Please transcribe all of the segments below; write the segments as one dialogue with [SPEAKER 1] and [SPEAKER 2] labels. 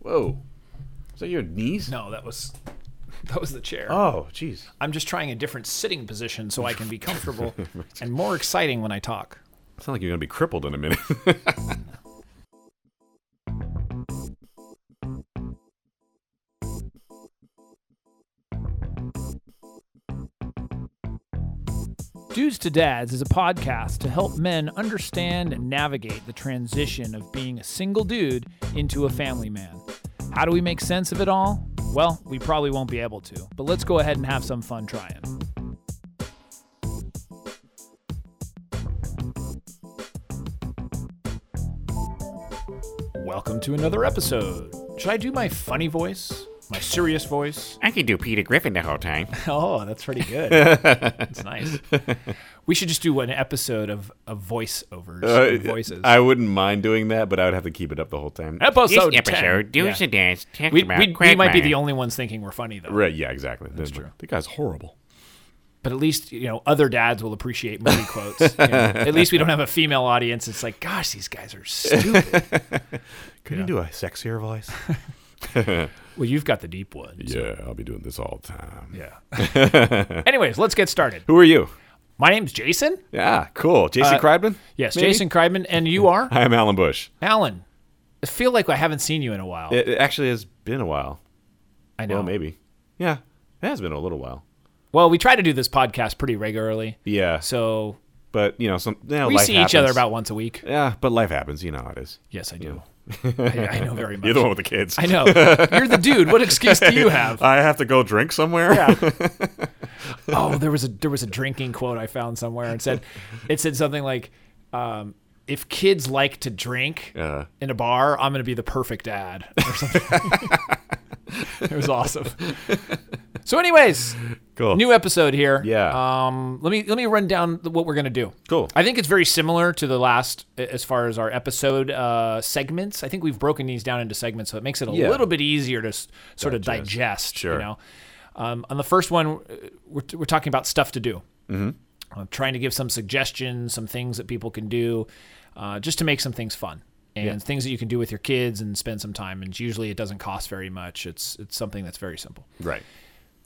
[SPEAKER 1] Whoa. Is that your knees?
[SPEAKER 2] No, that was that was the chair.
[SPEAKER 1] Oh, jeez.
[SPEAKER 2] I'm just trying a different sitting position so I can be comfortable and more exciting when I talk.
[SPEAKER 1] Sound like you're gonna be crippled in a minute.
[SPEAKER 3] Dudes to Dads is a podcast to help men understand and navigate the transition of being a single dude into a family man. How do we make sense of it all? Well, we probably won't be able to, but let's go ahead and have some fun trying.
[SPEAKER 2] Welcome to another episode. Should I do my funny voice? My serious voice?
[SPEAKER 1] I could do Peter Griffin the whole time.
[SPEAKER 2] Oh, that's pretty good. That's nice. We should just do an episode of, of voiceovers and voices.
[SPEAKER 1] Uh, I wouldn't mind doing that, but I would have to keep it up the whole time.
[SPEAKER 2] episode 10.
[SPEAKER 4] Dudes
[SPEAKER 2] Yeah.
[SPEAKER 4] and Dads talks
[SPEAKER 2] We,
[SPEAKER 4] about
[SPEAKER 2] we, we might be
[SPEAKER 4] Quagmire.
[SPEAKER 2] the only ones thinking we're funny, though.
[SPEAKER 1] Right? Yeah, exactly. That's true. The guy's horrible.
[SPEAKER 2] But at least, you know, other dads will appreciate movie quotes. you know. At least we don't have a female audience. It's like, gosh, these guys are stupid.
[SPEAKER 1] Could you do a sexier voice?
[SPEAKER 2] well, you've got the deep one.
[SPEAKER 1] yeah, I'll be doing this all the time.
[SPEAKER 2] Yeah. Anyways, let's get started.
[SPEAKER 1] Who are you?
[SPEAKER 2] My name's Jason.
[SPEAKER 1] Yeah, cool. Jason Kreidman.
[SPEAKER 2] Yes,
[SPEAKER 1] Maybe?
[SPEAKER 2] Jason Kreidman, and you are
[SPEAKER 1] Hi, I'm Alan Bush.
[SPEAKER 2] Alan. I feel like I haven't seen you in a while.
[SPEAKER 1] It, it actually has been a while.
[SPEAKER 2] I know.
[SPEAKER 1] Well, maybe. Yeah, it has been a little while.
[SPEAKER 2] Well, we try to do this podcast pretty regularly,
[SPEAKER 1] Yeah.
[SPEAKER 2] so
[SPEAKER 1] but you know, some you know,
[SPEAKER 2] we
[SPEAKER 1] life
[SPEAKER 2] see each other
[SPEAKER 1] happens.
[SPEAKER 2] about once a week.
[SPEAKER 1] Yeah, but life happens. You know how it is.
[SPEAKER 2] Yes, I do. I, I know very much.
[SPEAKER 1] You're the one with the kids.
[SPEAKER 2] I know. You're the dude. What excuse do you have?
[SPEAKER 1] I have to go drink somewhere.
[SPEAKER 2] oh, there was a there was a drinking quote I found somewhere and said it said something like, um, "If kids like to drink
[SPEAKER 1] Uh.
[SPEAKER 2] in a bar, I'm going to be the perfect dad." Or something. it was awesome. So, anyways,
[SPEAKER 1] Cool.
[SPEAKER 2] new episode here.
[SPEAKER 1] Yeah.
[SPEAKER 2] Um, let me let me run down the- what we're going to do.
[SPEAKER 1] Cool.
[SPEAKER 2] I think it's very similar to the last a- as far as our episode uh, segments. I think we've broken these down into segments, so it makes it a
[SPEAKER 1] Yeah.
[SPEAKER 2] little bit easier to s- sort of digest. You
[SPEAKER 1] Sure.
[SPEAKER 2] know. Um, on the first one, uh, we're, we're talking about stuff to do. Mm-hmm. I'm trying to give some suggestions, some things that people can do, uh, just to make some things fun and things that you can do with your kids and spend some time. And usually, it doesn't cost very much. It's it's something that's very simple.
[SPEAKER 1] right.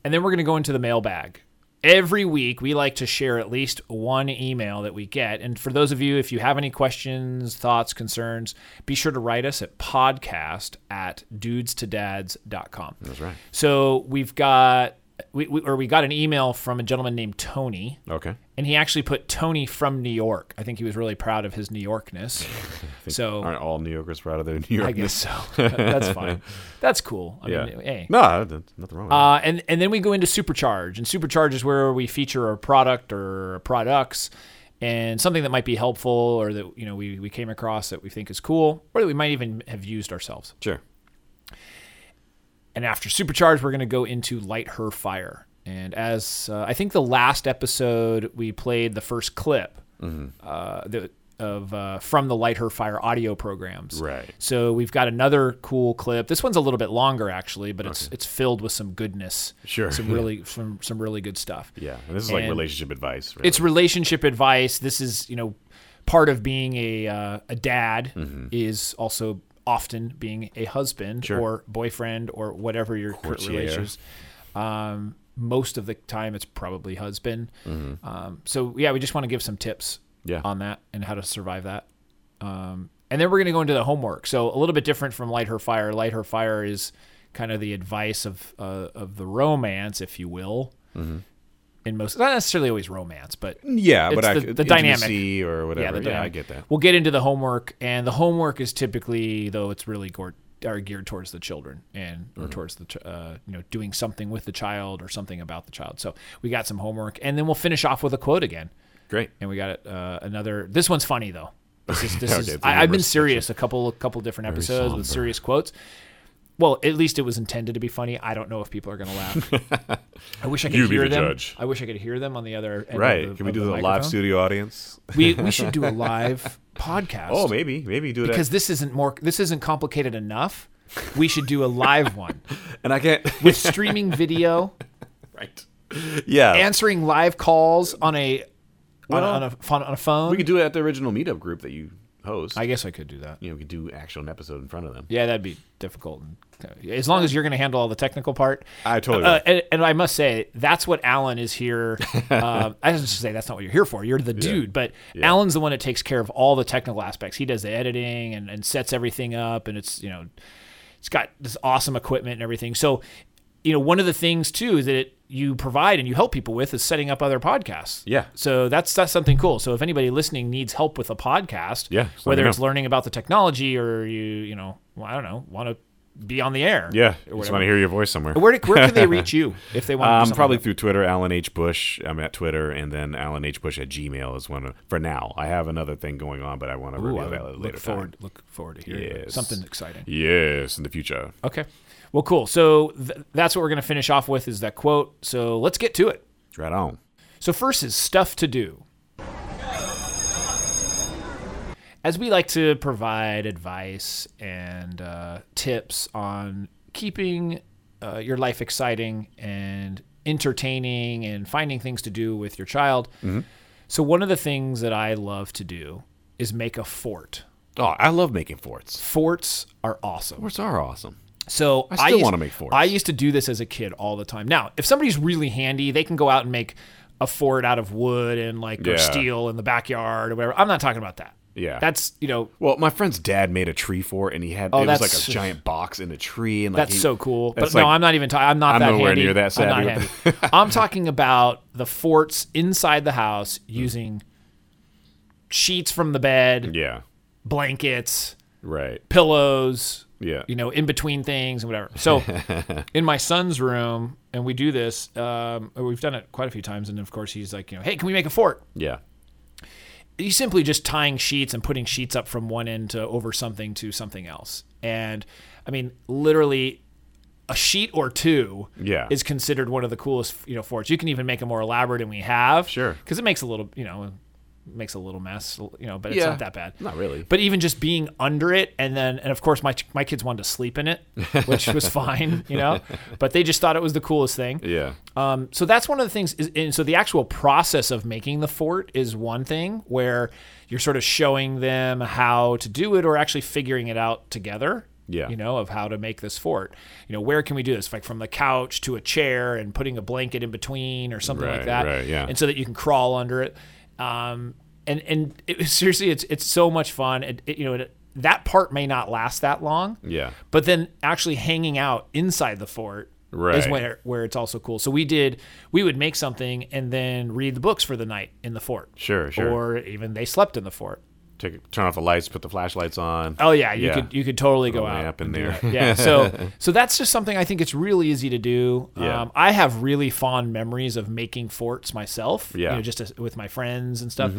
[SPEAKER 2] And then we're going to go into the mailbag. Every week, we like to share at least one email that we get. And for those of you, if you have any questions, thoughts, concerns, be sure to write us at podcast at dudestodads.com. That's
[SPEAKER 1] right.
[SPEAKER 2] So we've got, we, we, or we got an email from a gentleman named Tony.
[SPEAKER 1] Okay.
[SPEAKER 2] And he actually put Tony from New York. I think he was really proud of his New Yorkness. so
[SPEAKER 1] Aren't all New Yorkers proud of their New York?
[SPEAKER 2] I guess so. That's fine. That's cool. I
[SPEAKER 1] Yeah.
[SPEAKER 2] mean, hey.
[SPEAKER 1] No, that's nothing wrong with
[SPEAKER 2] Uh, and and then we go into supercharge, and supercharge is where we feature a product or products, and something that might be helpful or that you know we we came across that we think is cool, or that we might even have used ourselves.
[SPEAKER 1] that. Sure.
[SPEAKER 2] And after supercharge, we're going to go into light her fire. And as uh, I think the last episode, we played the first clip uh, that, of uh, from the light her fire audio programs.
[SPEAKER 1] Right.
[SPEAKER 2] So we've got another cool clip. This one's a little bit longer actually, but it's it's filled with some goodness.
[SPEAKER 1] Sure.
[SPEAKER 2] Some really some some really good stuff.
[SPEAKER 1] Yeah, and this is like
[SPEAKER 2] And
[SPEAKER 1] relationship advice. Really.
[SPEAKER 2] It's relationship advice. This is you know part of being a uh, a dad
[SPEAKER 1] Mm-hmm.
[SPEAKER 2] is also often being a husband or boyfriend or whatever your current
[SPEAKER 1] Courtier.
[SPEAKER 2] relationship. is. Um, most of the time, it's probably husband.
[SPEAKER 1] Mm-hmm.
[SPEAKER 2] Um, so yeah, we just want to give some tips
[SPEAKER 1] Yeah.
[SPEAKER 2] on that and how to survive that. Um, and then we're going to go into the homework. So a little bit different from Light Her Fire. Light Her Fire is kind of the advice of uh, of the romance, if you will.
[SPEAKER 1] Mm-hmm.
[SPEAKER 2] In most, not necessarily always romance, but
[SPEAKER 1] yeah, but
[SPEAKER 2] it's
[SPEAKER 1] I,
[SPEAKER 2] the- the dynamic.
[SPEAKER 1] intimacy or whatever. Yeah,
[SPEAKER 2] the dynamic.
[SPEAKER 1] I get that.
[SPEAKER 2] We'll get into the homework, and the homework is typically, though, it's really gore- are geared towards the children and or
[SPEAKER 1] Mm-hmm.
[SPEAKER 2] towards the ch- uh, you know doing something with the child or something about the child. So we got some homework, and then we'll finish off with a quote again.
[SPEAKER 1] Great.
[SPEAKER 2] And we got uh, another. This one's funny though. This is, this
[SPEAKER 1] Okay,
[SPEAKER 2] is,
[SPEAKER 1] it's a
[SPEAKER 2] I, I've been
[SPEAKER 1] humorous
[SPEAKER 2] serious a couple a couple different episodes with serious quotes. Well, at least it was intended to be funny. I don't know if people are going to laugh. I wish I could
[SPEAKER 1] You be
[SPEAKER 2] hear
[SPEAKER 1] the
[SPEAKER 2] them.
[SPEAKER 1] judge.
[SPEAKER 2] I wish I could hear them on the other end.
[SPEAKER 1] Right?
[SPEAKER 2] Of the,
[SPEAKER 1] Can we
[SPEAKER 2] of
[SPEAKER 1] do the, live
[SPEAKER 2] microphone.
[SPEAKER 1] studio audience?
[SPEAKER 2] We we should do a live podcast.
[SPEAKER 1] Oh, maybe, maybe do
[SPEAKER 2] because this isn't more this isn't complicated enough. We should do a live one
[SPEAKER 1] that. And I can't.
[SPEAKER 2] with streaming video,
[SPEAKER 1] right. Yeah.
[SPEAKER 2] answering live calls on a on, a-
[SPEAKER 1] Oh. Well,
[SPEAKER 2] on a phone- on a phone.
[SPEAKER 1] we could do it at the original meetup group that you host.
[SPEAKER 2] I guess I could do that.
[SPEAKER 1] you know, we could do actual an episode in front of them.
[SPEAKER 2] Yeah, that'd be difficult and as long as you're going to handle all the technical part.
[SPEAKER 1] I totally
[SPEAKER 2] Uh,
[SPEAKER 1] will.
[SPEAKER 2] and, and I must say, that's what Alan is here. Um, I just say that's not what you're here for. You're the dude, but Alan's the one that takes care of all the technical aspects. He does the editing and, and sets everything up, and it's you know, it's got this awesome equipment and everything. So, you know, one of the things too is that it, you provide and you help people with is setting up other podcasts.
[SPEAKER 1] Yeah.
[SPEAKER 2] So that's that's something cool. So if anybody listening needs help with a podcast,
[SPEAKER 1] Yeah, just let
[SPEAKER 2] whether
[SPEAKER 1] me
[SPEAKER 2] it's
[SPEAKER 1] know.
[SPEAKER 2] learning about the technology or you you know, well, I don't know, want to be on the air.
[SPEAKER 1] Yeah,
[SPEAKER 2] or
[SPEAKER 1] just
[SPEAKER 2] whatever.
[SPEAKER 1] want to hear your voice somewhere.
[SPEAKER 2] Where, do- where can they reach you if they want? to do
[SPEAKER 1] Um,
[SPEAKER 2] something
[SPEAKER 1] probably
[SPEAKER 2] like
[SPEAKER 1] through Twitter, Alan H. Bush. I'm at Twitter, and then Alan H. Bush at Gmail is one of, for now. I have another thing going on, but I want to
[SPEAKER 2] that? Ooh,
[SPEAKER 1] reveal
[SPEAKER 2] I
[SPEAKER 1] that at a
[SPEAKER 2] would
[SPEAKER 1] later.
[SPEAKER 2] look
[SPEAKER 1] time.
[SPEAKER 2] forward. Look forward to hearing
[SPEAKER 1] Yes.
[SPEAKER 2] something exciting.
[SPEAKER 1] Yes, in the future.
[SPEAKER 2] Okay, well, cool. So th- that's what we're going to finish off with is that quote. So let's get to it.
[SPEAKER 1] Right on.
[SPEAKER 2] So, first is stuff to do. As we like to provide advice and uh, tips on keeping uh, your life exciting and entertaining and finding things to do with your child. So, one of the things that I love to do is make a fort.
[SPEAKER 1] Oh, I love making forts.
[SPEAKER 2] Forts are awesome.
[SPEAKER 1] Forts are awesome.
[SPEAKER 2] So I
[SPEAKER 1] still
[SPEAKER 2] used-
[SPEAKER 1] wanna make forts.
[SPEAKER 2] I used to do this as a kid all the time. Now, if somebody's really handy, they can go out and make a fort out of wood and like or
[SPEAKER 1] Yeah.
[SPEAKER 2] steel in the backyard or whatever. I'm not talking about that.
[SPEAKER 1] Yeah.
[SPEAKER 2] that's you know
[SPEAKER 1] Well, my friend's dad made a tree fort, and he had
[SPEAKER 2] Oh,
[SPEAKER 1] it was like
[SPEAKER 2] that's-
[SPEAKER 1] a giant box in a tree, and like
[SPEAKER 2] that's
[SPEAKER 1] he-
[SPEAKER 2] so cool. But
[SPEAKER 1] that's
[SPEAKER 2] no,
[SPEAKER 1] like-
[SPEAKER 2] I'm not even. Ta- I'm not
[SPEAKER 1] I'm
[SPEAKER 2] that
[SPEAKER 1] nowhere
[SPEAKER 2] handy.
[SPEAKER 1] near that, so
[SPEAKER 2] I'm
[SPEAKER 1] happy
[SPEAKER 2] not
[SPEAKER 1] with
[SPEAKER 2] handy. I'm talking about the forts inside the house
[SPEAKER 1] Mm.
[SPEAKER 2] using sheets from the bed,
[SPEAKER 1] Yeah.
[SPEAKER 2] blankets,
[SPEAKER 1] Right.
[SPEAKER 2] pillows,
[SPEAKER 1] Yeah.
[SPEAKER 2] you know, in between things and whatever. So, in my son's room, and we do this. Um, we've done it quite a few times, and of course, he's like, you know, hey, can we make a fort?
[SPEAKER 1] Yeah.
[SPEAKER 2] He's simply just tying sheets and putting sheets up from one end to over something to something else. And I mean, literally, a sheet or two
[SPEAKER 1] Yeah.
[SPEAKER 2] is considered one of the coolest, you know, forts. You can even make it more elaborate, and we have
[SPEAKER 1] Sure.
[SPEAKER 2] because it makes a little, you know. Makes a little mess, you know, but it's
[SPEAKER 1] Yeah.
[SPEAKER 2] not that bad.
[SPEAKER 1] Not really.
[SPEAKER 2] But even just being under it, and then, and of course, my my kids wanted to sleep in it, which was fine, you know. But they just thought it was the coolest thing.
[SPEAKER 1] Yeah.
[SPEAKER 2] Um, so that's one of the things. Is, and so the actual process of making the fort is one thing where you're sort of showing them how to do it, or actually figuring it out together.
[SPEAKER 1] Yeah.
[SPEAKER 2] You know, of how to make this fort. You know, where can we do this? Like from the couch to a chair and putting a blanket in between or something like
[SPEAKER 1] Right,
[SPEAKER 2] that.
[SPEAKER 1] right, yeah.
[SPEAKER 2] And so that you can crawl under it. Um, and and it, seriously, it's it's so much fun. It, it, you know, it, that part may not last that long.
[SPEAKER 1] Yeah.
[SPEAKER 2] But then actually hanging out inside the fort is
[SPEAKER 1] Right.
[SPEAKER 2] where where it's also cool. So we did we would make something and then read the books for the night in the fort.
[SPEAKER 1] Sure, sure.
[SPEAKER 2] Or even they slept in the fort.
[SPEAKER 1] Take, turn off the lights. Put the flashlights on.
[SPEAKER 2] Oh yeah, you
[SPEAKER 1] Yeah.
[SPEAKER 2] could you could totally go
[SPEAKER 1] Throw my
[SPEAKER 2] out
[SPEAKER 1] app in
[SPEAKER 2] and do
[SPEAKER 1] there.
[SPEAKER 2] that. Yeah. So so that's just something I think it's really easy to do.
[SPEAKER 1] Yeah.
[SPEAKER 2] Um, I have really fond memories of making forts myself. you
[SPEAKER 1] Yeah. Mm-hmm.
[SPEAKER 2] know, just as, with my friends and stuff.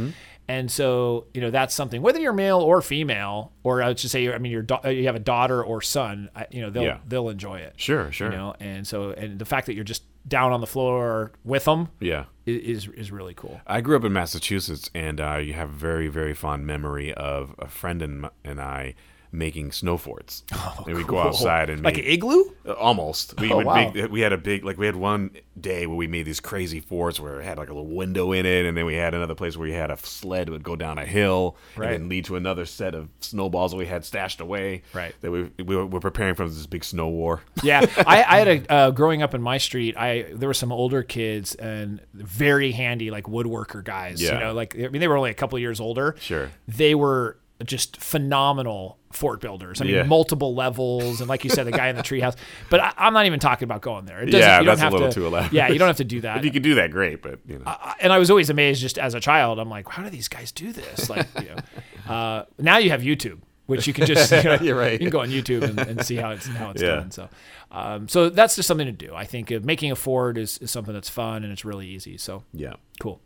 [SPEAKER 2] And so you know that's something. Whether you're male or female, or I would just say, I mean, your da- you have a daughter or son, I, you know they'll
[SPEAKER 1] Yeah.
[SPEAKER 2] they'll enjoy it.
[SPEAKER 1] Sure. Sure.
[SPEAKER 2] You know, and so and the fact that you're just down on the floor with them
[SPEAKER 1] Yeah.
[SPEAKER 2] is is really cool.
[SPEAKER 1] I grew up in Massachusetts, and uh, you have very, very fond memory of a friend and, m- and I making snow forts. and we would go outside and
[SPEAKER 2] Oh, like
[SPEAKER 1] make,
[SPEAKER 2] an igloo.
[SPEAKER 1] Uh, Almost. We
[SPEAKER 2] Oh,
[SPEAKER 1] would
[SPEAKER 2] wow.
[SPEAKER 1] make. uh, We had a big like we had one day where we made these crazy forts where it had like a little window in it, and then we had another place where you had a sled that would go down a hill
[SPEAKER 2] Right.
[SPEAKER 1] and then lead to another set of snowballs that we had stashed away.
[SPEAKER 2] Right.
[SPEAKER 1] That we we were, were preparing for this big snow war.
[SPEAKER 2] yeah, I, I had a uh, growing up in my street. I there were some older kids and very handy like woodworker guys. You
[SPEAKER 1] Yeah.
[SPEAKER 2] know, like I mean, they were only a couple years older.
[SPEAKER 1] Sure.
[SPEAKER 2] they were just phenomenal fort builders. I mean,
[SPEAKER 1] Yeah.
[SPEAKER 2] multiple levels, and like you said, the guy in the treehouse. But I, I'm not even talking about going there. It doesn't,
[SPEAKER 1] Yeah,
[SPEAKER 2] you don't
[SPEAKER 1] that's a
[SPEAKER 2] have
[SPEAKER 1] little
[SPEAKER 2] to,
[SPEAKER 1] too elaborate.
[SPEAKER 2] Yeah, you don't have to do that.
[SPEAKER 1] If you could do that, great. But you know,
[SPEAKER 2] I- and I was always amazed just as a child. I'm like, how do these guys do this? Like, you know, uh, now you have YouTube, which you can just you know,
[SPEAKER 1] You're right.
[SPEAKER 2] You can go on YouTube and, and see how it's how it's
[SPEAKER 1] Yeah.
[SPEAKER 2] done. So, um, so that's just something to do. I think uh, making a Ford is, is something that's fun and it's really easy. So,
[SPEAKER 1] yeah.
[SPEAKER 2] cool.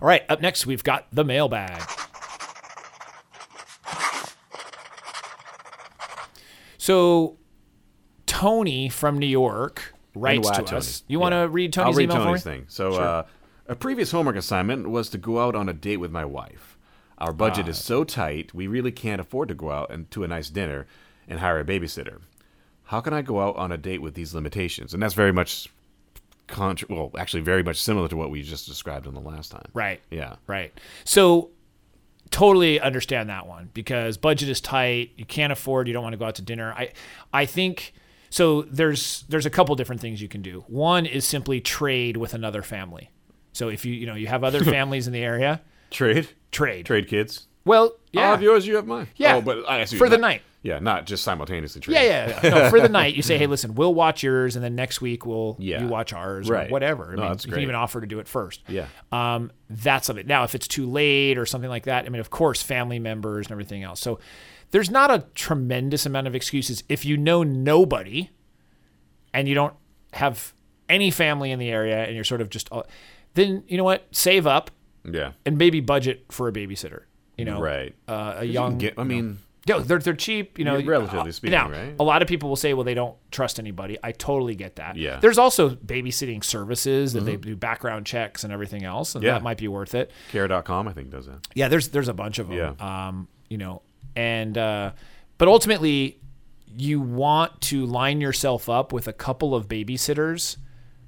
[SPEAKER 2] All right, up next we've got the mailbag. So, Tony from New York writes
[SPEAKER 1] NY
[SPEAKER 2] to
[SPEAKER 1] Tony.
[SPEAKER 2] us. You want to
[SPEAKER 1] Yeah.
[SPEAKER 2] read Tony's
[SPEAKER 1] I'll read
[SPEAKER 2] email
[SPEAKER 1] Tony's
[SPEAKER 2] for me?
[SPEAKER 1] thing. So, uh, a previous homework assignment was to go out on a date with my wife. Our budget
[SPEAKER 2] Ah.
[SPEAKER 1] is so tight, we really can't afford to go out and to a nice dinner and hire a babysitter. How can I go out on a date with these limitations? And that's very much, contra- well, actually, very much similar to what we just described on the last time.
[SPEAKER 2] Right.
[SPEAKER 1] Yeah.
[SPEAKER 2] Right. So totally understand that one because budget is tight. You can't afford. You don't want to go out to dinner. I, I think so. There's there's a couple different things you can do. One is simply trade with another family. So if you you know you have other families in the area,
[SPEAKER 1] Trade?
[SPEAKER 2] trade.
[SPEAKER 1] Trade kids?
[SPEAKER 2] Well, yeah.
[SPEAKER 1] I have yours, you have mine.
[SPEAKER 2] Yeah.
[SPEAKER 1] Oh, but I asked you
[SPEAKER 2] For the
[SPEAKER 1] not-
[SPEAKER 2] night.
[SPEAKER 1] Yeah, not just simultaneously trade.
[SPEAKER 2] Yeah, yeah. yeah. No, for the night, you say, "Hey, listen, we'll watch yours, and then next week we'll
[SPEAKER 1] Yeah.
[SPEAKER 2] you watch ours,
[SPEAKER 1] Right.
[SPEAKER 2] or whatever." I
[SPEAKER 1] No, that's
[SPEAKER 2] You can
[SPEAKER 1] great.
[SPEAKER 2] even offer to do it first.
[SPEAKER 1] Yeah.
[SPEAKER 2] Um, that's something. Now, if it's too late or something like that, I mean, of course, family members and everything else. So, there's not a tremendous amount of excuses if you know nobody, and you don't have any family in the area, and you're sort of just, all, then you know what? Save up
[SPEAKER 1] Yeah.
[SPEAKER 2] and maybe budget for a babysitter. You know,
[SPEAKER 1] Right.
[SPEAKER 2] Uh, a young.
[SPEAKER 1] Get- I mean,
[SPEAKER 2] No, they're they're cheap. You know,
[SPEAKER 1] Yeah, relatively
[SPEAKER 2] uh,
[SPEAKER 1] speaking,
[SPEAKER 2] now,
[SPEAKER 1] right?
[SPEAKER 2] A lot of people will say, well, they don't trust anybody. I totally get that.
[SPEAKER 1] Yeah. Mm-hmm.
[SPEAKER 2] There's also babysitting services that they do background checks and everything else, and
[SPEAKER 1] Yeah.
[SPEAKER 2] that might be worth it.
[SPEAKER 1] care.com, I think, does that.
[SPEAKER 2] Yeah, there's there's a bunch of them.
[SPEAKER 1] Yeah.
[SPEAKER 2] Um, you know, and uh, but ultimately, you want to line yourself up with a couple of babysitters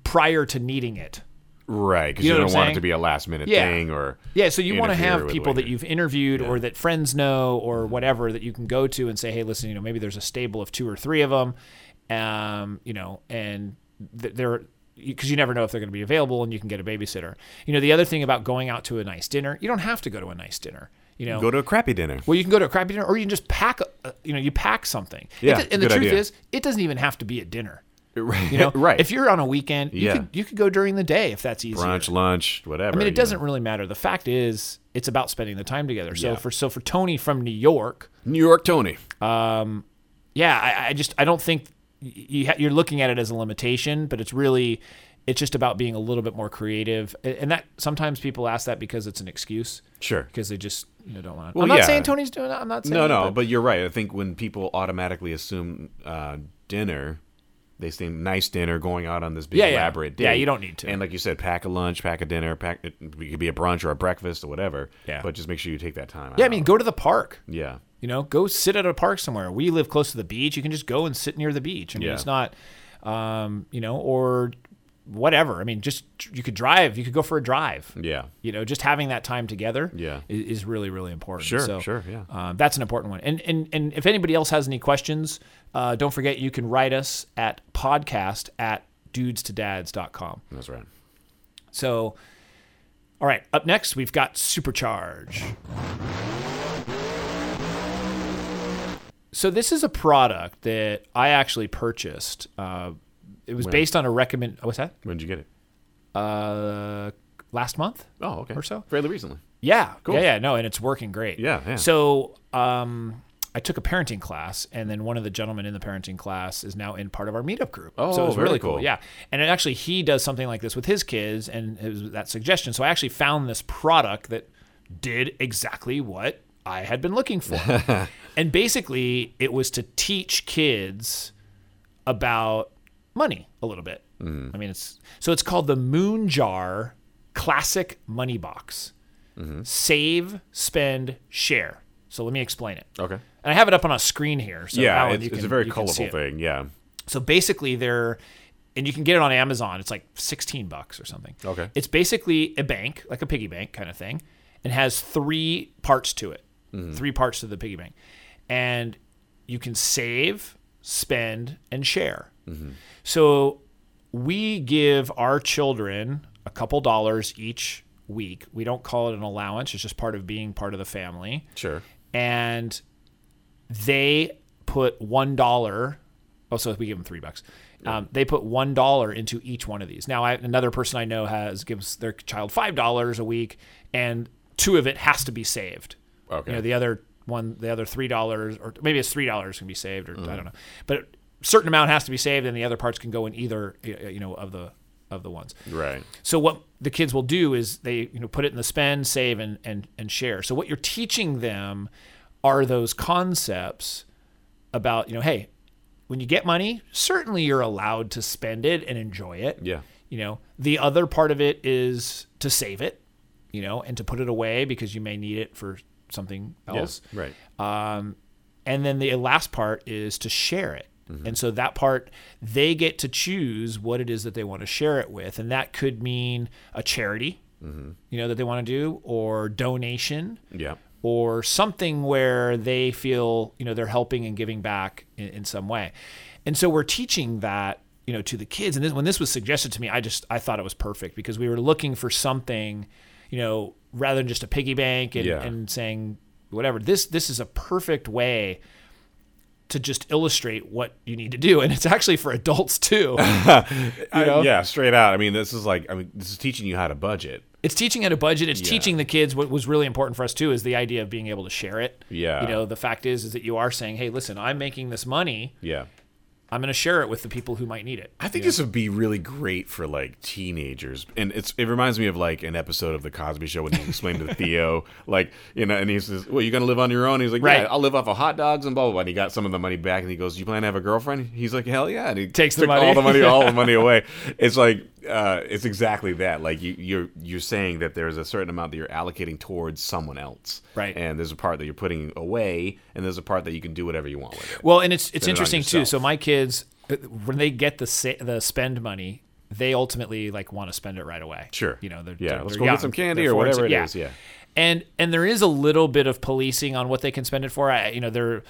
[SPEAKER 2] prior to needing it.
[SPEAKER 1] Right, because
[SPEAKER 2] You
[SPEAKER 1] you,
[SPEAKER 2] know what
[SPEAKER 1] don't
[SPEAKER 2] I'm
[SPEAKER 1] want
[SPEAKER 2] saying?
[SPEAKER 1] it to be a last minute
[SPEAKER 2] Yeah.
[SPEAKER 1] thing or
[SPEAKER 2] Yeah, so you want to
[SPEAKER 1] interfere
[SPEAKER 2] have
[SPEAKER 1] with
[SPEAKER 2] people
[SPEAKER 1] what
[SPEAKER 2] that
[SPEAKER 1] you're-
[SPEAKER 2] you've interviewed or that friends know or whatever that you can go to and say, hey, listen, you know, maybe there's a stable of two or three of them, um, you know, and th- they're because you never know if they're going to be available and you can get a babysitter. You know, the other thing about going out to a nice dinner, you don't have to go to a nice dinner. You know,
[SPEAKER 1] go to a crappy dinner.
[SPEAKER 2] well, you can go to a crappy dinner, or you can just pack. A, a- you know, you pack something. It
[SPEAKER 1] Yeah,
[SPEAKER 2] do- and the
[SPEAKER 1] good
[SPEAKER 2] truth
[SPEAKER 1] idea.
[SPEAKER 2] is, it doesn't even have to be a dinner.
[SPEAKER 1] Right,
[SPEAKER 2] You know,
[SPEAKER 1] right.
[SPEAKER 2] If you're on a weekend, you
[SPEAKER 1] Yeah.
[SPEAKER 2] could you could go during the day if that's easier.
[SPEAKER 1] brunch, lunch, whatever.
[SPEAKER 2] I mean,
[SPEAKER 1] you
[SPEAKER 2] it
[SPEAKER 1] know.
[SPEAKER 2] doesn't really matter. The fact is, it's about spending the time together. So
[SPEAKER 1] Yeah.
[SPEAKER 2] for so for Tony from New York,
[SPEAKER 1] New York Tony.
[SPEAKER 2] yeah, I, I just I don't think y- you ha- you're looking at it as a limitation, but it's really it's just about being a little bit more creative. A- And that sometimes people ask that because it's an excuse,
[SPEAKER 1] Sure.
[SPEAKER 2] because they just you know, don't want. to.
[SPEAKER 1] Well,
[SPEAKER 2] I'm not
[SPEAKER 1] yeah.
[SPEAKER 2] saying Tony's doing that. I'm not saying
[SPEAKER 1] No,
[SPEAKER 2] that,
[SPEAKER 1] no,
[SPEAKER 2] but-
[SPEAKER 1] but you're right. I think when people automatically assume uh, dinner, they say nice dinner, going out on this big
[SPEAKER 2] Yeah, yeah.
[SPEAKER 1] elaborate
[SPEAKER 2] Yeah,
[SPEAKER 1] date.
[SPEAKER 2] you don't need to.
[SPEAKER 1] And like you said, pack a lunch, pack a dinner, pack it could be a brunch or a breakfast or whatever.
[SPEAKER 2] Yeah.
[SPEAKER 1] But just make sure you take that time.
[SPEAKER 2] yeah, I
[SPEAKER 1] out.
[SPEAKER 2] mean, go to the park.
[SPEAKER 1] yeah,
[SPEAKER 2] You know, go sit at a park somewhere. We live close to the beach. You can just go and sit near the beach. I mean,
[SPEAKER 1] Yeah.
[SPEAKER 2] it's not, um, you know, or whatever. I mean, just you could drive. You could go for a drive.
[SPEAKER 1] yeah,
[SPEAKER 2] You know, just having that time together
[SPEAKER 1] Yeah.
[SPEAKER 2] i- is, really, really important.
[SPEAKER 1] Sure,
[SPEAKER 2] so,
[SPEAKER 1] sure, yeah.
[SPEAKER 2] um, that's an important one. And, and, and if anybody else has any questions, uh, don't forget you can write us at podcast at dudestodads.com.
[SPEAKER 1] that's right.
[SPEAKER 2] So, all right, up next, we've got Supercharge. So, this is a product that I actually purchased. Uh, it was based on a recommend. What's that?
[SPEAKER 1] When did you get it?
[SPEAKER 2] Uh, last month?
[SPEAKER 1] Oh, okay.
[SPEAKER 2] Or so.
[SPEAKER 1] Fairly recently.
[SPEAKER 2] Yeah. Cool. Yeah, yeah, no, and it's working great.
[SPEAKER 1] Yeah, yeah.
[SPEAKER 2] So, um, I took a parenting class, and then one of the gentlemen in the parenting class is now in part of our meetup group. so
[SPEAKER 1] Oh,
[SPEAKER 2] it was
[SPEAKER 1] very
[SPEAKER 2] really cool.
[SPEAKER 1] cool.
[SPEAKER 2] Yeah, and it actually he does something like this with his kids, and it was that suggestion. So I actually found this product that did exactly what I had been looking for, and basically it was to teach kids about money a little bit. I mean, it's so it's called the Moon Jar Classic Money Box. Save, spend, share. So let me explain it.
[SPEAKER 1] Okay.
[SPEAKER 2] And I have it up on a screen here. So
[SPEAKER 1] Oh. yeah,
[SPEAKER 2] Alan,
[SPEAKER 1] it's,
[SPEAKER 2] you
[SPEAKER 1] it's
[SPEAKER 2] can-
[SPEAKER 1] a very
[SPEAKER 2] you can see
[SPEAKER 1] colorful
[SPEAKER 2] it.
[SPEAKER 1] thing. Yeah.
[SPEAKER 2] So basically, they're and you can get it on Amazon. It's like sixteen bucks or something.
[SPEAKER 1] Okay.
[SPEAKER 2] It's basically a bank, like a piggy bank kind of thing, and has three parts to it. Three parts to the piggy bank, and you can save, spend, and share. So we give our children a couple dollars each week. We don't call it an allowance. It's just part of being part of the family
[SPEAKER 1] Sure.
[SPEAKER 2] and they put one dollar. Oh, so we give them three bucks. Um, they put one dollar into each one of these. Now, I, another person I know has gives their child five dollars a week, and two of it has to be saved.
[SPEAKER 1] Okay.
[SPEAKER 2] You know, the other one, the other three dollars, or maybe it's three dollars can be saved, or I don't know, but a certain amount has to be saved, and the other parts can go in either, you know, of the of the ones.
[SPEAKER 1] Right.
[SPEAKER 2] So what the kids will do is they you know put it in the spend, save, and and and share. So what you're teaching them are those concepts about you know hey, when you get money, certainly you're allowed to spend it and enjoy it.
[SPEAKER 1] Yeah.
[SPEAKER 2] You know the other part of it is to save it, you know, and to put it away because you may need it for something else.
[SPEAKER 1] Yeah, right.
[SPEAKER 2] Um, and then the last part is to share it. And so that part, they get to choose what it is that they want to share it with. And that could mean a charity, you know, that they want to do, or donation,
[SPEAKER 1] Yeah.
[SPEAKER 2] or something where they feel you know they're helping and giving back in, in some way and so we're teaching that you know to the kids and this, when this was suggested to me i just i thought it was perfect because we were looking for something you know rather than just a piggy bank and,
[SPEAKER 1] Yeah.
[SPEAKER 2] and saying whatever this this is a perfect way to just illustrate what you need to do and it's actually for adults too
[SPEAKER 1] I-
[SPEAKER 2] know?
[SPEAKER 1] yeah, straight out. I mean, this is like, I mean, this is teaching you how to budget.
[SPEAKER 2] it's teaching at a budget. It's
[SPEAKER 1] Yeah.
[SPEAKER 2] teaching the kids what was really important for us too is the idea of being able to share it.
[SPEAKER 1] Yeah.
[SPEAKER 2] You know, the fact is is that you are saying, "Hey, listen, I'm making this money.
[SPEAKER 1] Yeah.
[SPEAKER 2] I'm going to share it with the people who might need it."
[SPEAKER 1] I think this would be really great for like teenagers, and it's it reminds me of like an episode of the Cosby Show when he explained to Theo, like you know, and he says, "Well, you're gonna live on your own." He's like, "Yeah,
[SPEAKER 2] Right.
[SPEAKER 1] I'll live off of hot dogs and blah blah." blah. And he got some of the money back, and he goes, "You plan to have a girlfriend?" He's like, "Hell yeah!" And he
[SPEAKER 2] Takes the
[SPEAKER 1] took
[SPEAKER 2] money.
[SPEAKER 1] all the money, all the money away. It's like uh, it's exactly that. Like you, you're you're saying that there's a certain amount that you're allocating towards someone else,
[SPEAKER 2] Right.
[SPEAKER 1] And there's a part that you're putting away, and there's a part that you can do whatever you want with it.
[SPEAKER 2] Well, and it's it's
[SPEAKER 1] it on
[SPEAKER 2] interesting too.
[SPEAKER 1] yourself.
[SPEAKER 2] So my kids uh, when they get the sa- the spend money, they ultimately like want to spend it right away.
[SPEAKER 1] Sure.
[SPEAKER 2] You know, they're
[SPEAKER 1] Yeah,
[SPEAKER 2] they're-
[SPEAKER 1] let's
[SPEAKER 2] they're
[SPEAKER 1] go get
[SPEAKER 2] young.
[SPEAKER 1] some candy
[SPEAKER 2] They're
[SPEAKER 1] or
[SPEAKER 2] 14,
[SPEAKER 1] whatever it is, yeah.
[SPEAKER 2] And and there is a little bit of policing on what they can spend it for. I you know, they're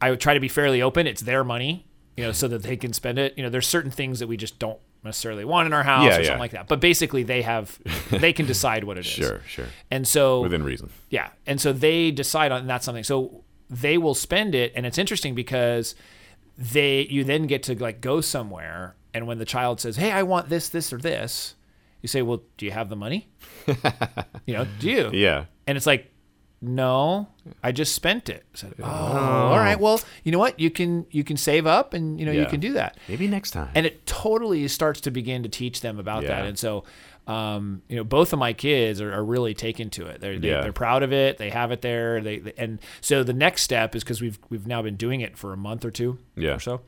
[SPEAKER 2] I would try to be fairly open. It's their money, you know, so that they can spend it. You know, there's certain things that we just don't necessarily want in our house
[SPEAKER 1] Yeah,
[SPEAKER 2] or
[SPEAKER 1] yeah.
[SPEAKER 2] something like that. But basically they have they can decide what it is.
[SPEAKER 1] Sure, sure,
[SPEAKER 2] And so
[SPEAKER 1] within reason.
[SPEAKER 2] yeah. And so they decide on and that's something. So they will spend it and it's interesting because they you then get to like go somewhere and when the child says, "Hey, I want this, this or this." You say, "Well, do you have the money?" you know, do you?
[SPEAKER 1] Yeah.
[SPEAKER 2] And it's like, "No, I just spent it." I said, oh, all right. Well, you know what? You can you can save up and you know, you
[SPEAKER 1] Yeah.
[SPEAKER 2] can do that
[SPEAKER 1] Maybe next time.
[SPEAKER 2] and it totally starts to begin to teach them about
[SPEAKER 1] Yeah.
[SPEAKER 2] that and so um, you know both of my kids are, are really taken to it they're, they,
[SPEAKER 1] Yeah.
[SPEAKER 2] they're proud of it they have it there they, they- and so the next step is because we've we've now been doing it for a month or two
[SPEAKER 1] Yeah.
[SPEAKER 2] or so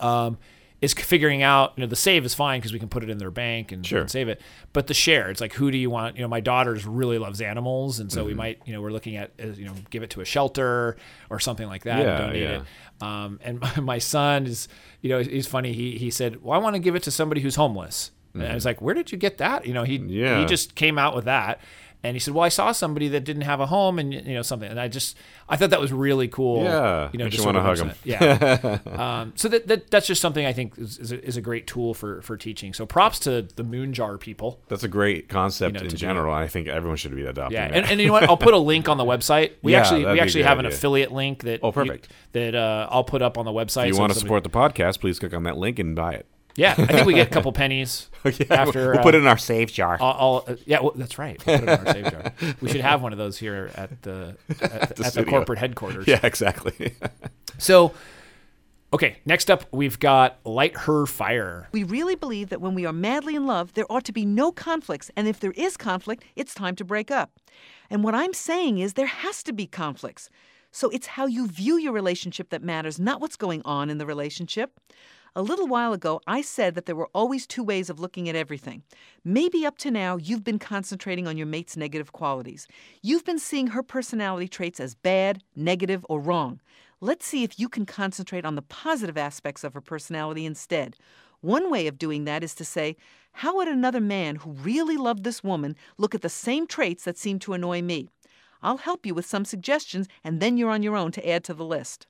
[SPEAKER 2] um, is figuring out you know the save is fine because we can put it in their bank and,
[SPEAKER 1] Sure.
[SPEAKER 2] and save it but the share it's like who do you want you know my daughter's really loves animals and so
[SPEAKER 1] Mm-hmm.
[SPEAKER 2] we might you know we're looking at uh, you know give it to a shelter or something like that
[SPEAKER 1] Yeah,
[SPEAKER 2] and donate
[SPEAKER 1] yeah.
[SPEAKER 2] it um, and my, my son is, you know, he's funny. He he said, "Well, I want to give it to somebody who's homeless." And I was like, "Where did you get that?" You know, he
[SPEAKER 1] Mm-hmm. Yeah.
[SPEAKER 2] he just came out with that, and he said, "Well, I saw somebody that didn't have a home, and you know something." And I just I thought that was really cool.
[SPEAKER 1] Yeah,
[SPEAKER 2] you know,
[SPEAKER 1] makes
[SPEAKER 2] just
[SPEAKER 1] you
[SPEAKER 2] sort
[SPEAKER 1] wanna
[SPEAKER 2] of
[SPEAKER 1] hug
[SPEAKER 2] represent- Yeah. um, so that, that that's just something I think is, is, a, is a great tool for for teaching. So props to the moon jar people.
[SPEAKER 1] That's a great concept
[SPEAKER 2] know, to
[SPEAKER 1] in
[SPEAKER 2] do
[SPEAKER 1] general. and I think everyone should be adopting
[SPEAKER 2] Yeah,
[SPEAKER 1] that.
[SPEAKER 2] and, and you know what? I'll put a link on the website. We
[SPEAKER 1] Yeah,
[SPEAKER 2] actually
[SPEAKER 1] that'd
[SPEAKER 2] we
[SPEAKER 1] be a
[SPEAKER 2] actually
[SPEAKER 1] good
[SPEAKER 2] have an
[SPEAKER 1] idea.
[SPEAKER 2] affiliate link that
[SPEAKER 1] Oh,
[SPEAKER 2] you-
[SPEAKER 1] perfect.
[SPEAKER 2] that uh, I'll put up on the website.
[SPEAKER 1] if you
[SPEAKER 2] so
[SPEAKER 1] want
[SPEAKER 2] if
[SPEAKER 1] to
[SPEAKER 2] somebody-
[SPEAKER 1] support the podcast, please click on that link and buy it.
[SPEAKER 2] Yeah, I think we get a couple pennies after.
[SPEAKER 1] Oh, we'll
[SPEAKER 2] uh,
[SPEAKER 1] put it in our save jar.
[SPEAKER 2] I'll, I'll- uh, yeah, well, that's right. We'll put it in our safe jar. We should have one of those here at the at, the, at the
[SPEAKER 1] studio.
[SPEAKER 2] corporate headquarters.
[SPEAKER 1] yeah, exactly.
[SPEAKER 2] So, okay, next up we've got light her fire.
[SPEAKER 4] We really believe that when we are madly in love, there ought to be no conflicts, and if there is conflict, it's time to break up. And what I'm saying is there has to be conflicts. So it's how you view your relationship that matters, not what's going on in the relationship. A little while ago, I said that there were always two ways of looking at everything. Maybe up to now, you've been concentrating on your mate's negative qualities. You've been seeing her personality traits as bad, negative, or wrong. Let's see if you can concentrate on the positive aspects of her personality instead. One way of doing that is to say, How would another man who really loved this woman look at the same traits that seem to annoy me? I'll help you with some suggestions, and then you're on your own to add to the list.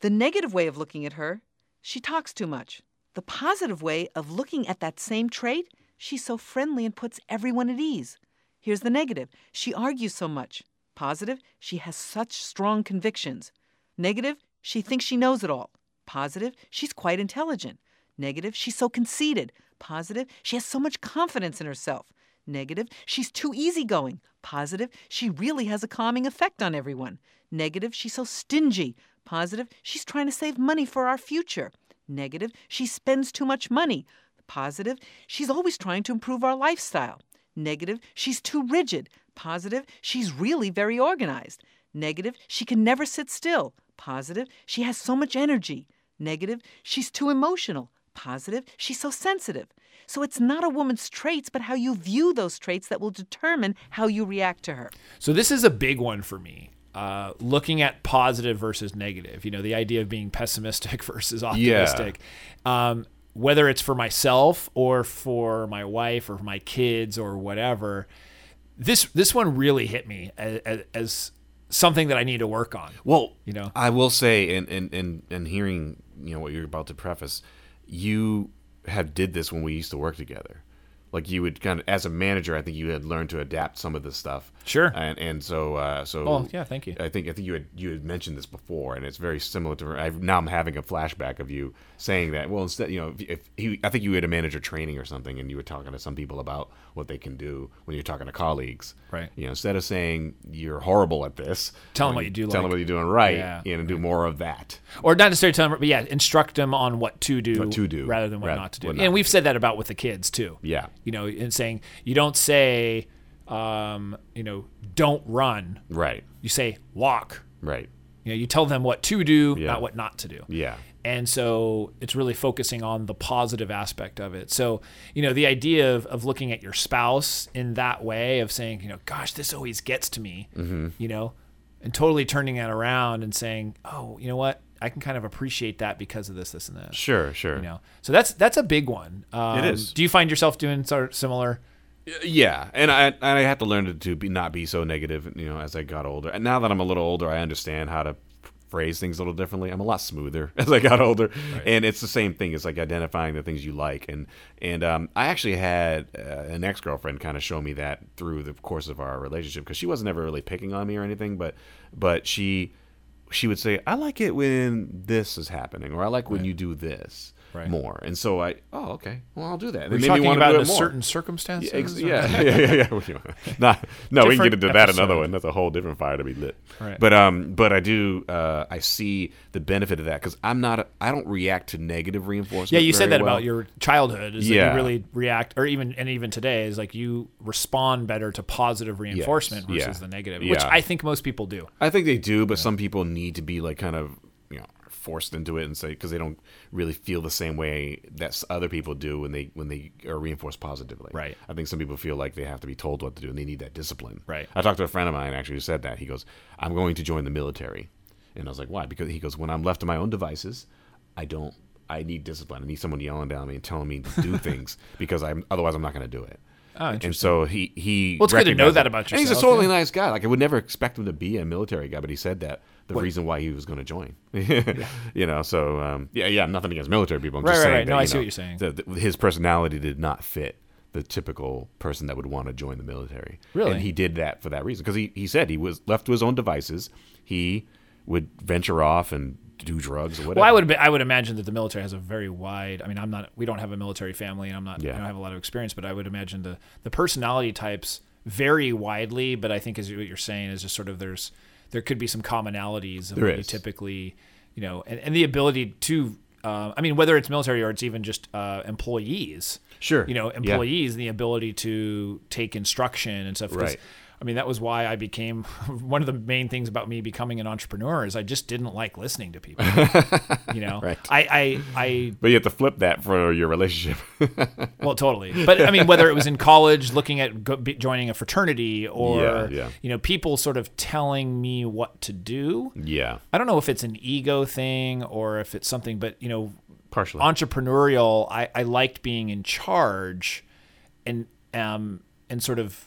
[SPEAKER 4] The negative way of looking at her, she talks too much. The positive way of looking at that same trait, she's so friendly and puts everyone at ease. Here's the negative she argues so much. Positive, she has such strong convictions. Negative, she thinks she knows it all. Positive, she's quite intelligent. Negative, she's so conceited. Positive, she has so much confidence in herself. Negative, she's too easygoing. Positive, she really has a calming effect on everyone. Negative, she's so stingy. Positive, she's trying to save money for our future. Negative, she spends too much money. Positive, she's always trying to improve our lifestyle. Negative, she's too rigid. Positive, she's really very organized. Negative, she can never sit still. Positive, she has so much energy. Negative, she's too emotional. Positive, she's so sensitive. So it's not a woman's traits, but how you view those traits that will determine how you react to her.
[SPEAKER 2] So this is a big one for me. Uh, looking at positive versus negative, you know, the idea of being pessimistic versus optimistic, um, whether it's for myself or for my wife or my kids or whatever, this this one really hit me as, as something that I need to work on.
[SPEAKER 1] Well,
[SPEAKER 2] You know?
[SPEAKER 1] I will say, in in in, in hearing you know what you're about to preface, you have did this when we used to work together. Like you would kind of, as a manager, I think you had learned to adapt some of this stuff.
[SPEAKER 2] Sure.
[SPEAKER 1] And and so uh, so.
[SPEAKER 2] Oh, yeah, thank you.
[SPEAKER 1] I think I think you had you had mentioned this before, and it's very similar to. I've, now I'm having a flashback of you saying that. Well, instead, you know, if, if he, I think you had a manager training or something, and you were talking to some people about what they can do when you're talking to colleagues.
[SPEAKER 2] Right.
[SPEAKER 1] You know, instead of saying you're horrible at this,
[SPEAKER 2] Tell 'em what you do
[SPEAKER 1] Tell
[SPEAKER 2] like.
[SPEAKER 1] them what you're doing right,
[SPEAKER 2] Yeah.
[SPEAKER 1] and do more of that.
[SPEAKER 2] Or not necessarily tell them, but yeah, instruct them on what to do,
[SPEAKER 1] What to do.
[SPEAKER 2] rather than what
[SPEAKER 1] Ra-
[SPEAKER 2] not to do.
[SPEAKER 1] what not
[SPEAKER 2] and
[SPEAKER 1] to
[SPEAKER 2] we've said that about with the kids too.
[SPEAKER 1] Yeah.
[SPEAKER 2] You know, and saying you don't say, um, you know, don't run.
[SPEAKER 1] Right.
[SPEAKER 2] You say walk.
[SPEAKER 1] Right.
[SPEAKER 2] You know, you tell them what to do,
[SPEAKER 1] Yeah.
[SPEAKER 2] not what not to do.
[SPEAKER 1] Yeah.
[SPEAKER 2] And so it's really focusing on the positive aspect of it. So, you know, the idea of, of looking at your spouse in that way of saying, you know, gosh, this always gets to me,
[SPEAKER 1] Mm-hmm.
[SPEAKER 2] you know, and totally turning that around and saying, oh, you know what? I can kind of appreciate that because of this, this, and that.
[SPEAKER 1] Sure. Sure.
[SPEAKER 2] You know, so that's that's a big one. Um,
[SPEAKER 1] is.
[SPEAKER 2] Do you find yourself doing sort of similar?
[SPEAKER 1] Yeah, and I and I have to learn to, to be not be so negative, you know, as I got older. And now that I'm a little older, I understand how to phrase things a little differently. I'm a lot smoother as I got older, and it's the same thing. It's like identifying the things you like, and and um, I actually had uh, an ex girlfriend kind of show me that through the course of our relationship because she wasn't ever really picking on me or anything, but but she she would say, "I like it when this is happening," or "I like when you do this."
[SPEAKER 2] Right.
[SPEAKER 1] More and so I oh okay well I'll do that. And
[SPEAKER 2] We're
[SPEAKER 1] it made me
[SPEAKER 2] talking
[SPEAKER 1] wanna
[SPEAKER 2] about
[SPEAKER 1] do
[SPEAKER 2] in
[SPEAKER 1] it
[SPEAKER 2] a
[SPEAKER 1] more.
[SPEAKER 2] certain circumstances.
[SPEAKER 1] Ex-
[SPEAKER 2] or-
[SPEAKER 1] yeah, yeah, yeah, yeah. yeah. Not, no, we can get
[SPEAKER 2] Different
[SPEAKER 1] into that another
[SPEAKER 2] episode.
[SPEAKER 1] one. That's a whole different fire to be lit.
[SPEAKER 2] Right.
[SPEAKER 1] But um, but I do uh, I see the benefit of that because I'm not a, I don't react to negative reinforcement.
[SPEAKER 2] Yeah, you said
[SPEAKER 1] very
[SPEAKER 2] that
[SPEAKER 1] well.
[SPEAKER 2] about your childhood. Is that
[SPEAKER 1] Yeah.
[SPEAKER 2] you really react, or even and even today is like you respond better to positive reinforcement
[SPEAKER 1] yeah,
[SPEAKER 2] versus the negative, which
[SPEAKER 1] yeah.
[SPEAKER 2] I think most people do.
[SPEAKER 1] I think they do, but some people need to be like kind of you know forced into it and say because they don't really feel the same way that s- other people do when they when they are reinforced positively.
[SPEAKER 2] Right.
[SPEAKER 1] I think some people feel like they have to be told what to do and they need that discipline.
[SPEAKER 2] Right.
[SPEAKER 1] I talked to a friend of mine actually who said that. He goes, "I'm going to join the military," and I was like, "Why?" Because he goes, "When I'm left to my own devices, I don't." I need discipline. I need someone yelling down at me and telling me to do things because I'm otherwise I'm not going to do it. Oh, and so he he.
[SPEAKER 2] Ah, Well, it's good to know
[SPEAKER 1] recognized
[SPEAKER 2] that about
[SPEAKER 1] And he's a
[SPEAKER 2] yourself,
[SPEAKER 1] totally
[SPEAKER 2] yeah.
[SPEAKER 1] nice guy. Like I would never expect him to be a military guy, but he said that the reason why he was going to join. You know, so um, yeah, yeah, nothing against military people. I'm
[SPEAKER 2] Right,
[SPEAKER 1] just
[SPEAKER 2] right,
[SPEAKER 1] saying
[SPEAKER 2] right.
[SPEAKER 1] That,
[SPEAKER 2] No,
[SPEAKER 1] you
[SPEAKER 2] I see
[SPEAKER 1] know,
[SPEAKER 2] what you're saying.
[SPEAKER 1] The, the- his personality did not fit the typical person that would want to join the military.
[SPEAKER 2] Really?
[SPEAKER 1] and he did that for that reason because he, he said he was left to his own devices. He would venture off and do drugs or whatever.
[SPEAKER 2] Well, I would be- I would imagine that the military has a very wide. I mean, I'm not. We don't have a military family, and I'm not.
[SPEAKER 1] Yeah.
[SPEAKER 2] I don't have a lot of experience, but I would imagine the the personality types vary widely. But I think is what you're saying is just sort of there's there could be some commonalities of
[SPEAKER 1] There
[SPEAKER 2] what you
[SPEAKER 1] is.
[SPEAKER 2] typically, you know, and, and the ability to. Uh, I mean, whether it's military or it's even just uh, employees.
[SPEAKER 1] Sure.
[SPEAKER 2] You know,
[SPEAKER 1] Yeah.
[SPEAKER 2] employees and the ability to take instruction and stuff. 'cause
[SPEAKER 1] Right.
[SPEAKER 2] I mean, that was why I became one of the main things about me becoming an entrepreneur is I just didn't like listening to people. you know, I, I, I,
[SPEAKER 1] But you have to flip that for your relationship.
[SPEAKER 2] well, totally. But I mean, whether it was in college, looking at go, be, joining a fraternity, or
[SPEAKER 1] Yeah, yeah.
[SPEAKER 2] you know, people sort of telling me what to do.
[SPEAKER 1] yeah,
[SPEAKER 2] I don't know if it's an ego thing or if it's something, but you know,
[SPEAKER 1] partially.
[SPEAKER 2] entrepreneurial. I, I liked being in charge, and um, and sort of,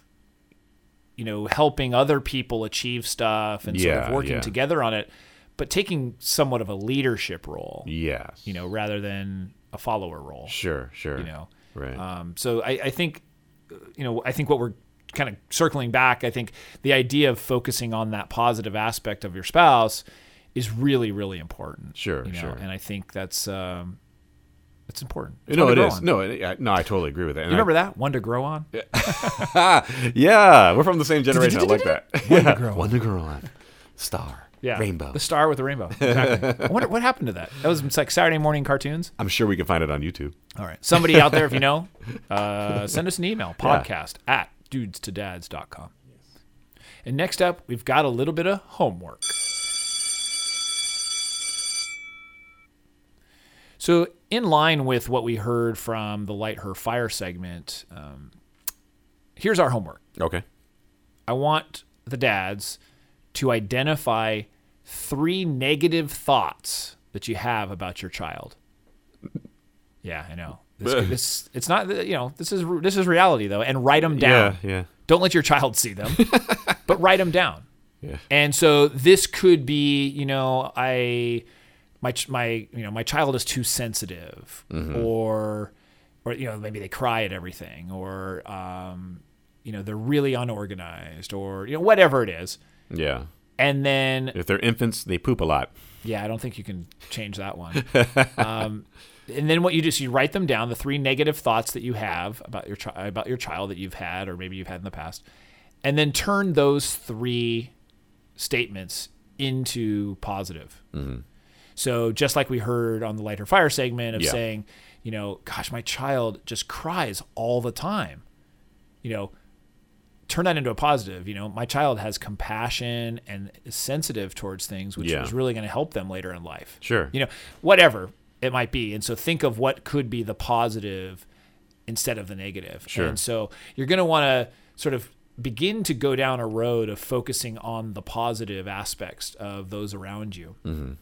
[SPEAKER 2] you know, helping other people achieve stuff and sort of
[SPEAKER 1] Yeah,
[SPEAKER 2] working
[SPEAKER 1] yeah.
[SPEAKER 2] together on it, but taking somewhat of a leadership role,
[SPEAKER 1] yes.
[SPEAKER 2] you know, rather than a follower role.
[SPEAKER 1] Sure. Sure.
[SPEAKER 2] You know,
[SPEAKER 1] Right.
[SPEAKER 2] um, so I, I think, uh, you know, I think what we're kind of circling back, I think the idea of focusing on that positive aspect of your spouse is really, really important.
[SPEAKER 1] Sure,
[SPEAKER 2] you know?
[SPEAKER 1] sure.
[SPEAKER 2] And I think that's um, it's important. It's
[SPEAKER 1] no,
[SPEAKER 2] one
[SPEAKER 1] it
[SPEAKER 2] to grow
[SPEAKER 1] is.
[SPEAKER 2] on.
[SPEAKER 1] No, it, I, no, I totally agree with that. And
[SPEAKER 2] You
[SPEAKER 1] I-
[SPEAKER 2] remember that one to grow on?
[SPEAKER 1] Yeah, we're from the same generation. I like that. Wonder
[SPEAKER 2] Girl.
[SPEAKER 1] Wonder Girl on Star. Rainbow.
[SPEAKER 2] The star with the rainbow. Exactly. I wonder what happened to that. That was it's like Saturday morning cartoons.
[SPEAKER 1] I'm sure we can find it on YouTube.
[SPEAKER 2] All right. Somebody out there, if you know, uh, send us an email podcast at dudestodads.com. And next up, we've got a little bit of homework. So, in line with what we heard from the Light Her Fire segment, um, here's our homework.
[SPEAKER 1] Okay.
[SPEAKER 2] I want the dads to identify three negative thoughts that you have about your child. Yeah, I know. This, this- it's not you know this is this is reality though, and write them down.
[SPEAKER 1] Yeah, yeah.
[SPEAKER 2] Don't let your child see them, but write them down.
[SPEAKER 1] Yeah.
[SPEAKER 2] And so this could be, you know, I my ch- my you know my child is too sensitive, or or you know maybe they cry at everything, or um, you know they're really unorganized, or you know whatever it is.
[SPEAKER 1] Yeah.
[SPEAKER 2] And then
[SPEAKER 1] If they're infants, they poop a lot.
[SPEAKER 2] yeah, I don't think you can change that one. um, and then what you do is you write them down, the three negative thoughts that you have about your chi- about your child that you've had or maybe you've had in the past, and then turn those three statements into positive.
[SPEAKER 1] Mm-hmm.
[SPEAKER 2] So just like we heard on the lighter fire segment of
[SPEAKER 1] Yeah.
[SPEAKER 2] saying, you know, gosh, my child just cries all the time. You know, turn that into a positive. You know, my child has compassion and is sensitive towards things, which
[SPEAKER 1] Yeah.
[SPEAKER 2] is really going to help them later in life.
[SPEAKER 1] Sure.
[SPEAKER 2] You know, whatever it might be. And so think of what could be the positive instead of the negative.
[SPEAKER 1] Sure.
[SPEAKER 2] And so you're going to want to sort of begin to go down a road of focusing on the positive aspects of those around you.
[SPEAKER 1] Mm-hmm.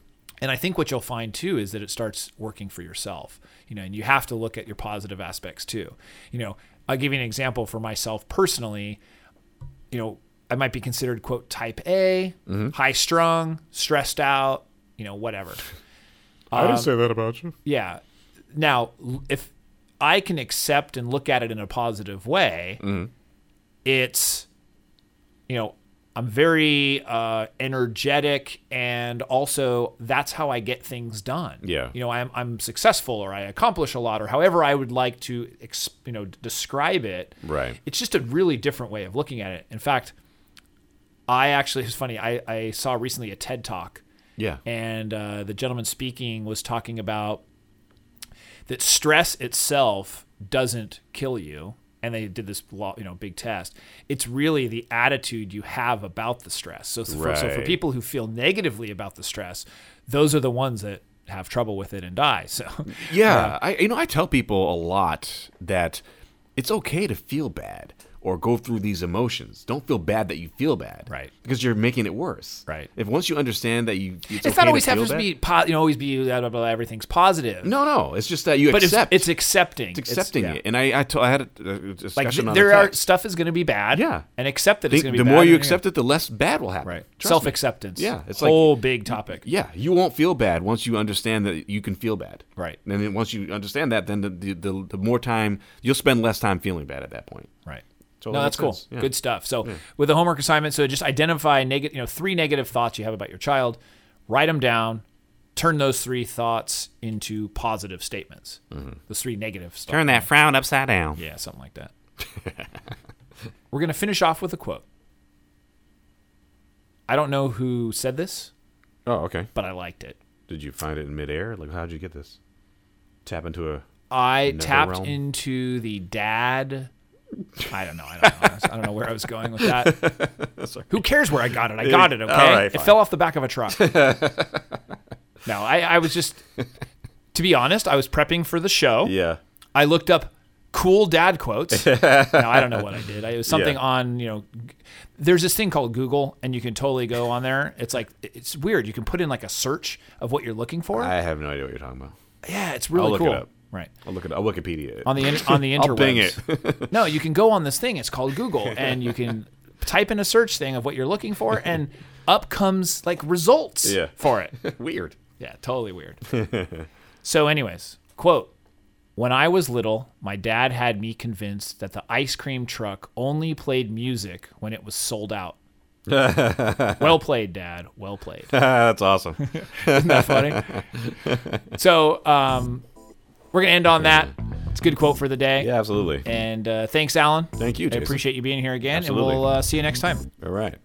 [SPEAKER 2] And I think what you'll find too is that it starts working for yourself, you know, and you have to look at your positive aspects too. You know, I'll give you an example for myself personally. You know, I might be considered, quote, type A,
[SPEAKER 1] Mm-hmm.
[SPEAKER 2] high strung, stressed out, you know, whatever.
[SPEAKER 1] I
[SPEAKER 2] um,
[SPEAKER 1] didn't say that about you.
[SPEAKER 2] Yeah. Now, l- if I can accept and look at it in a positive way,
[SPEAKER 1] Mm-hmm.
[SPEAKER 2] it's, you know, I'm very uh, energetic, and also that's how I get things done.
[SPEAKER 1] Yeah.
[SPEAKER 2] you know, I'm I'm successful, or I accomplish a lot, or however I would like to, ex- you know, d- describe it.
[SPEAKER 1] Right.
[SPEAKER 2] It's just a really different way of looking at it. In fact, I actually it's funny. I I saw recently a TED talk
[SPEAKER 1] Yeah.
[SPEAKER 2] and uh, the gentleman speaking was talking about that stress itself doesn't kill you and they did this law, you know big test it's really the attitude you have about the stress so, for, so for
[SPEAKER 1] Right.
[SPEAKER 2] people who feel negatively about the stress those are the ones that have trouble with it and die so
[SPEAKER 1] Yeah, I you know I tell people a lot that it's okay to feel bad or go through these emotions. Don't feel bad that you feel bad,
[SPEAKER 2] Right.
[SPEAKER 1] Because you're making it worse,
[SPEAKER 2] Right.
[SPEAKER 1] If once you understand that you, it's,
[SPEAKER 2] it's
[SPEAKER 1] okay
[SPEAKER 2] not always
[SPEAKER 1] to feel
[SPEAKER 2] happens to
[SPEAKER 1] bad-
[SPEAKER 2] be po- you know always be blah, blah, blah, everything's positive
[SPEAKER 1] No, no, it's just that you
[SPEAKER 2] but it's,
[SPEAKER 1] accept.
[SPEAKER 2] it's accepting
[SPEAKER 1] It's accepting
[SPEAKER 2] yeah.
[SPEAKER 1] it. And I I to- I had a, a discussion
[SPEAKER 2] like th-
[SPEAKER 1] on
[SPEAKER 2] there
[SPEAKER 1] the
[SPEAKER 2] are
[SPEAKER 1] text.
[SPEAKER 2] stuff is going to be bad
[SPEAKER 1] Yeah.
[SPEAKER 2] and accept that
[SPEAKER 1] The,
[SPEAKER 2] it's going to
[SPEAKER 1] the
[SPEAKER 2] be bad
[SPEAKER 1] more you
[SPEAKER 2] and-
[SPEAKER 1] accept it, the less bad will happen.
[SPEAKER 2] Right.
[SPEAKER 1] Trust me.
[SPEAKER 2] Self acceptance.
[SPEAKER 1] Yeah, it's like-
[SPEAKER 2] whole big topic.
[SPEAKER 1] Yeah, you won't feel bad once you understand that you can feel bad.
[SPEAKER 2] Right.
[SPEAKER 1] And then once you understand that, then the, the, the, the more time you'll spend less time feeling bad at that point.
[SPEAKER 2] Right.
[SPEAKER 1] Totally
[SPEAKER 2] no, that's
[SPEAKER 1] makes
[SPEAKER 2] cool.
[SPEAKER 1] sense. Yeah.
[SPEAKER 2] Good stuff. So with the homework assignment, so just identify negative, you know, three negative thoughts you have about your child, write them down, turn those three thoughts into positive statements. Those three negative stuff.
[SPEAKER 1] Mm-hmm. Turn that frown upside down.
[SPEAKER 2] Yeah, something like that. We're gonna finish off with a quote. I don't know who said this,
[SPEAKER 1] Oh, okay.
[SPEAKER 2] but I liked it.
[SPEAKER 1] Did you find it in midair? Like, how'd you get this? Tap into a.
[SPEAKER 2] I
[SPEAKER 1] Another
[SPEAKER 2] tapped
[SPEAKER 1] realm.
[SPEAKER 2] into the dad. I don't know. I don't know. I don't know where I was going with that. Who cares where I got it? I got it. Okay.
[SPEAKER 1] right,
[SPEAKER 2] it
[SPEAKER 1] fine.
[SPEAKER 2] fell off the back of a truck. no, I, I was just, to be honest, I was prepping for the show.
[SPEAKER 1] Yeah.
[SPEAKER 2] I looked up cool dad quotes. no, I don't know what I did. I, it was something
[SPEAKER 1] Yeah.
[SPEAKER 2] on, you know, g- there's this thing called Google, and you can totally go on there. It's like, it's weird. You can put in like a search of what you're looking for.
[SPEAKER 1] I have no idea what you're talking about.
[SPEAKER 2] yeah, it's really
[SPEAKER 1] I'll look it
[SPEAKER 2] cool.
[SPEAKER 1] up.
[SPEAKER 2] Right
[SPEAKER 1] I'll look at. I'll Wikipedia it.
[SPEAKER 2] on the in, on the interwebs.
[SPEAKER 1] I'll bing
[SPEAKER 2] no, you can go on this thing. It's called Google, and you can type in a search thing of what you're looking for, and up comes like results
[SPEAKER 1] Yeah.
[SPEAKER 2] for it.
[SPEAKER 1] Weird.
[SPEAKER 2] Yeah, totally weird. so, anyways, quote. When I was little, my dad had me convinced that the ice cream truck only played music when it was sold out. well played, Dad. Well played.
[SPEAKER 1] That's awesome.
[SPEAKER 2] Isn't that funny? so, um, we're going to end on that. It's a good quote for the day.
[SPEAKER 1] yeah, absolutely.
[SPEAKER 2] And uh, thanks, Alan.
[SPEAKER 1] Thank you,
[SPEAKER 2] I
[SPEAKER 1] Jason.
[SPEAKER 2] appreciate you being here again,
[SPEAKER 1] Absolutely.
[SPEAKER 2] and we'll uh, see you next time.
[SPEAKER 1] All right.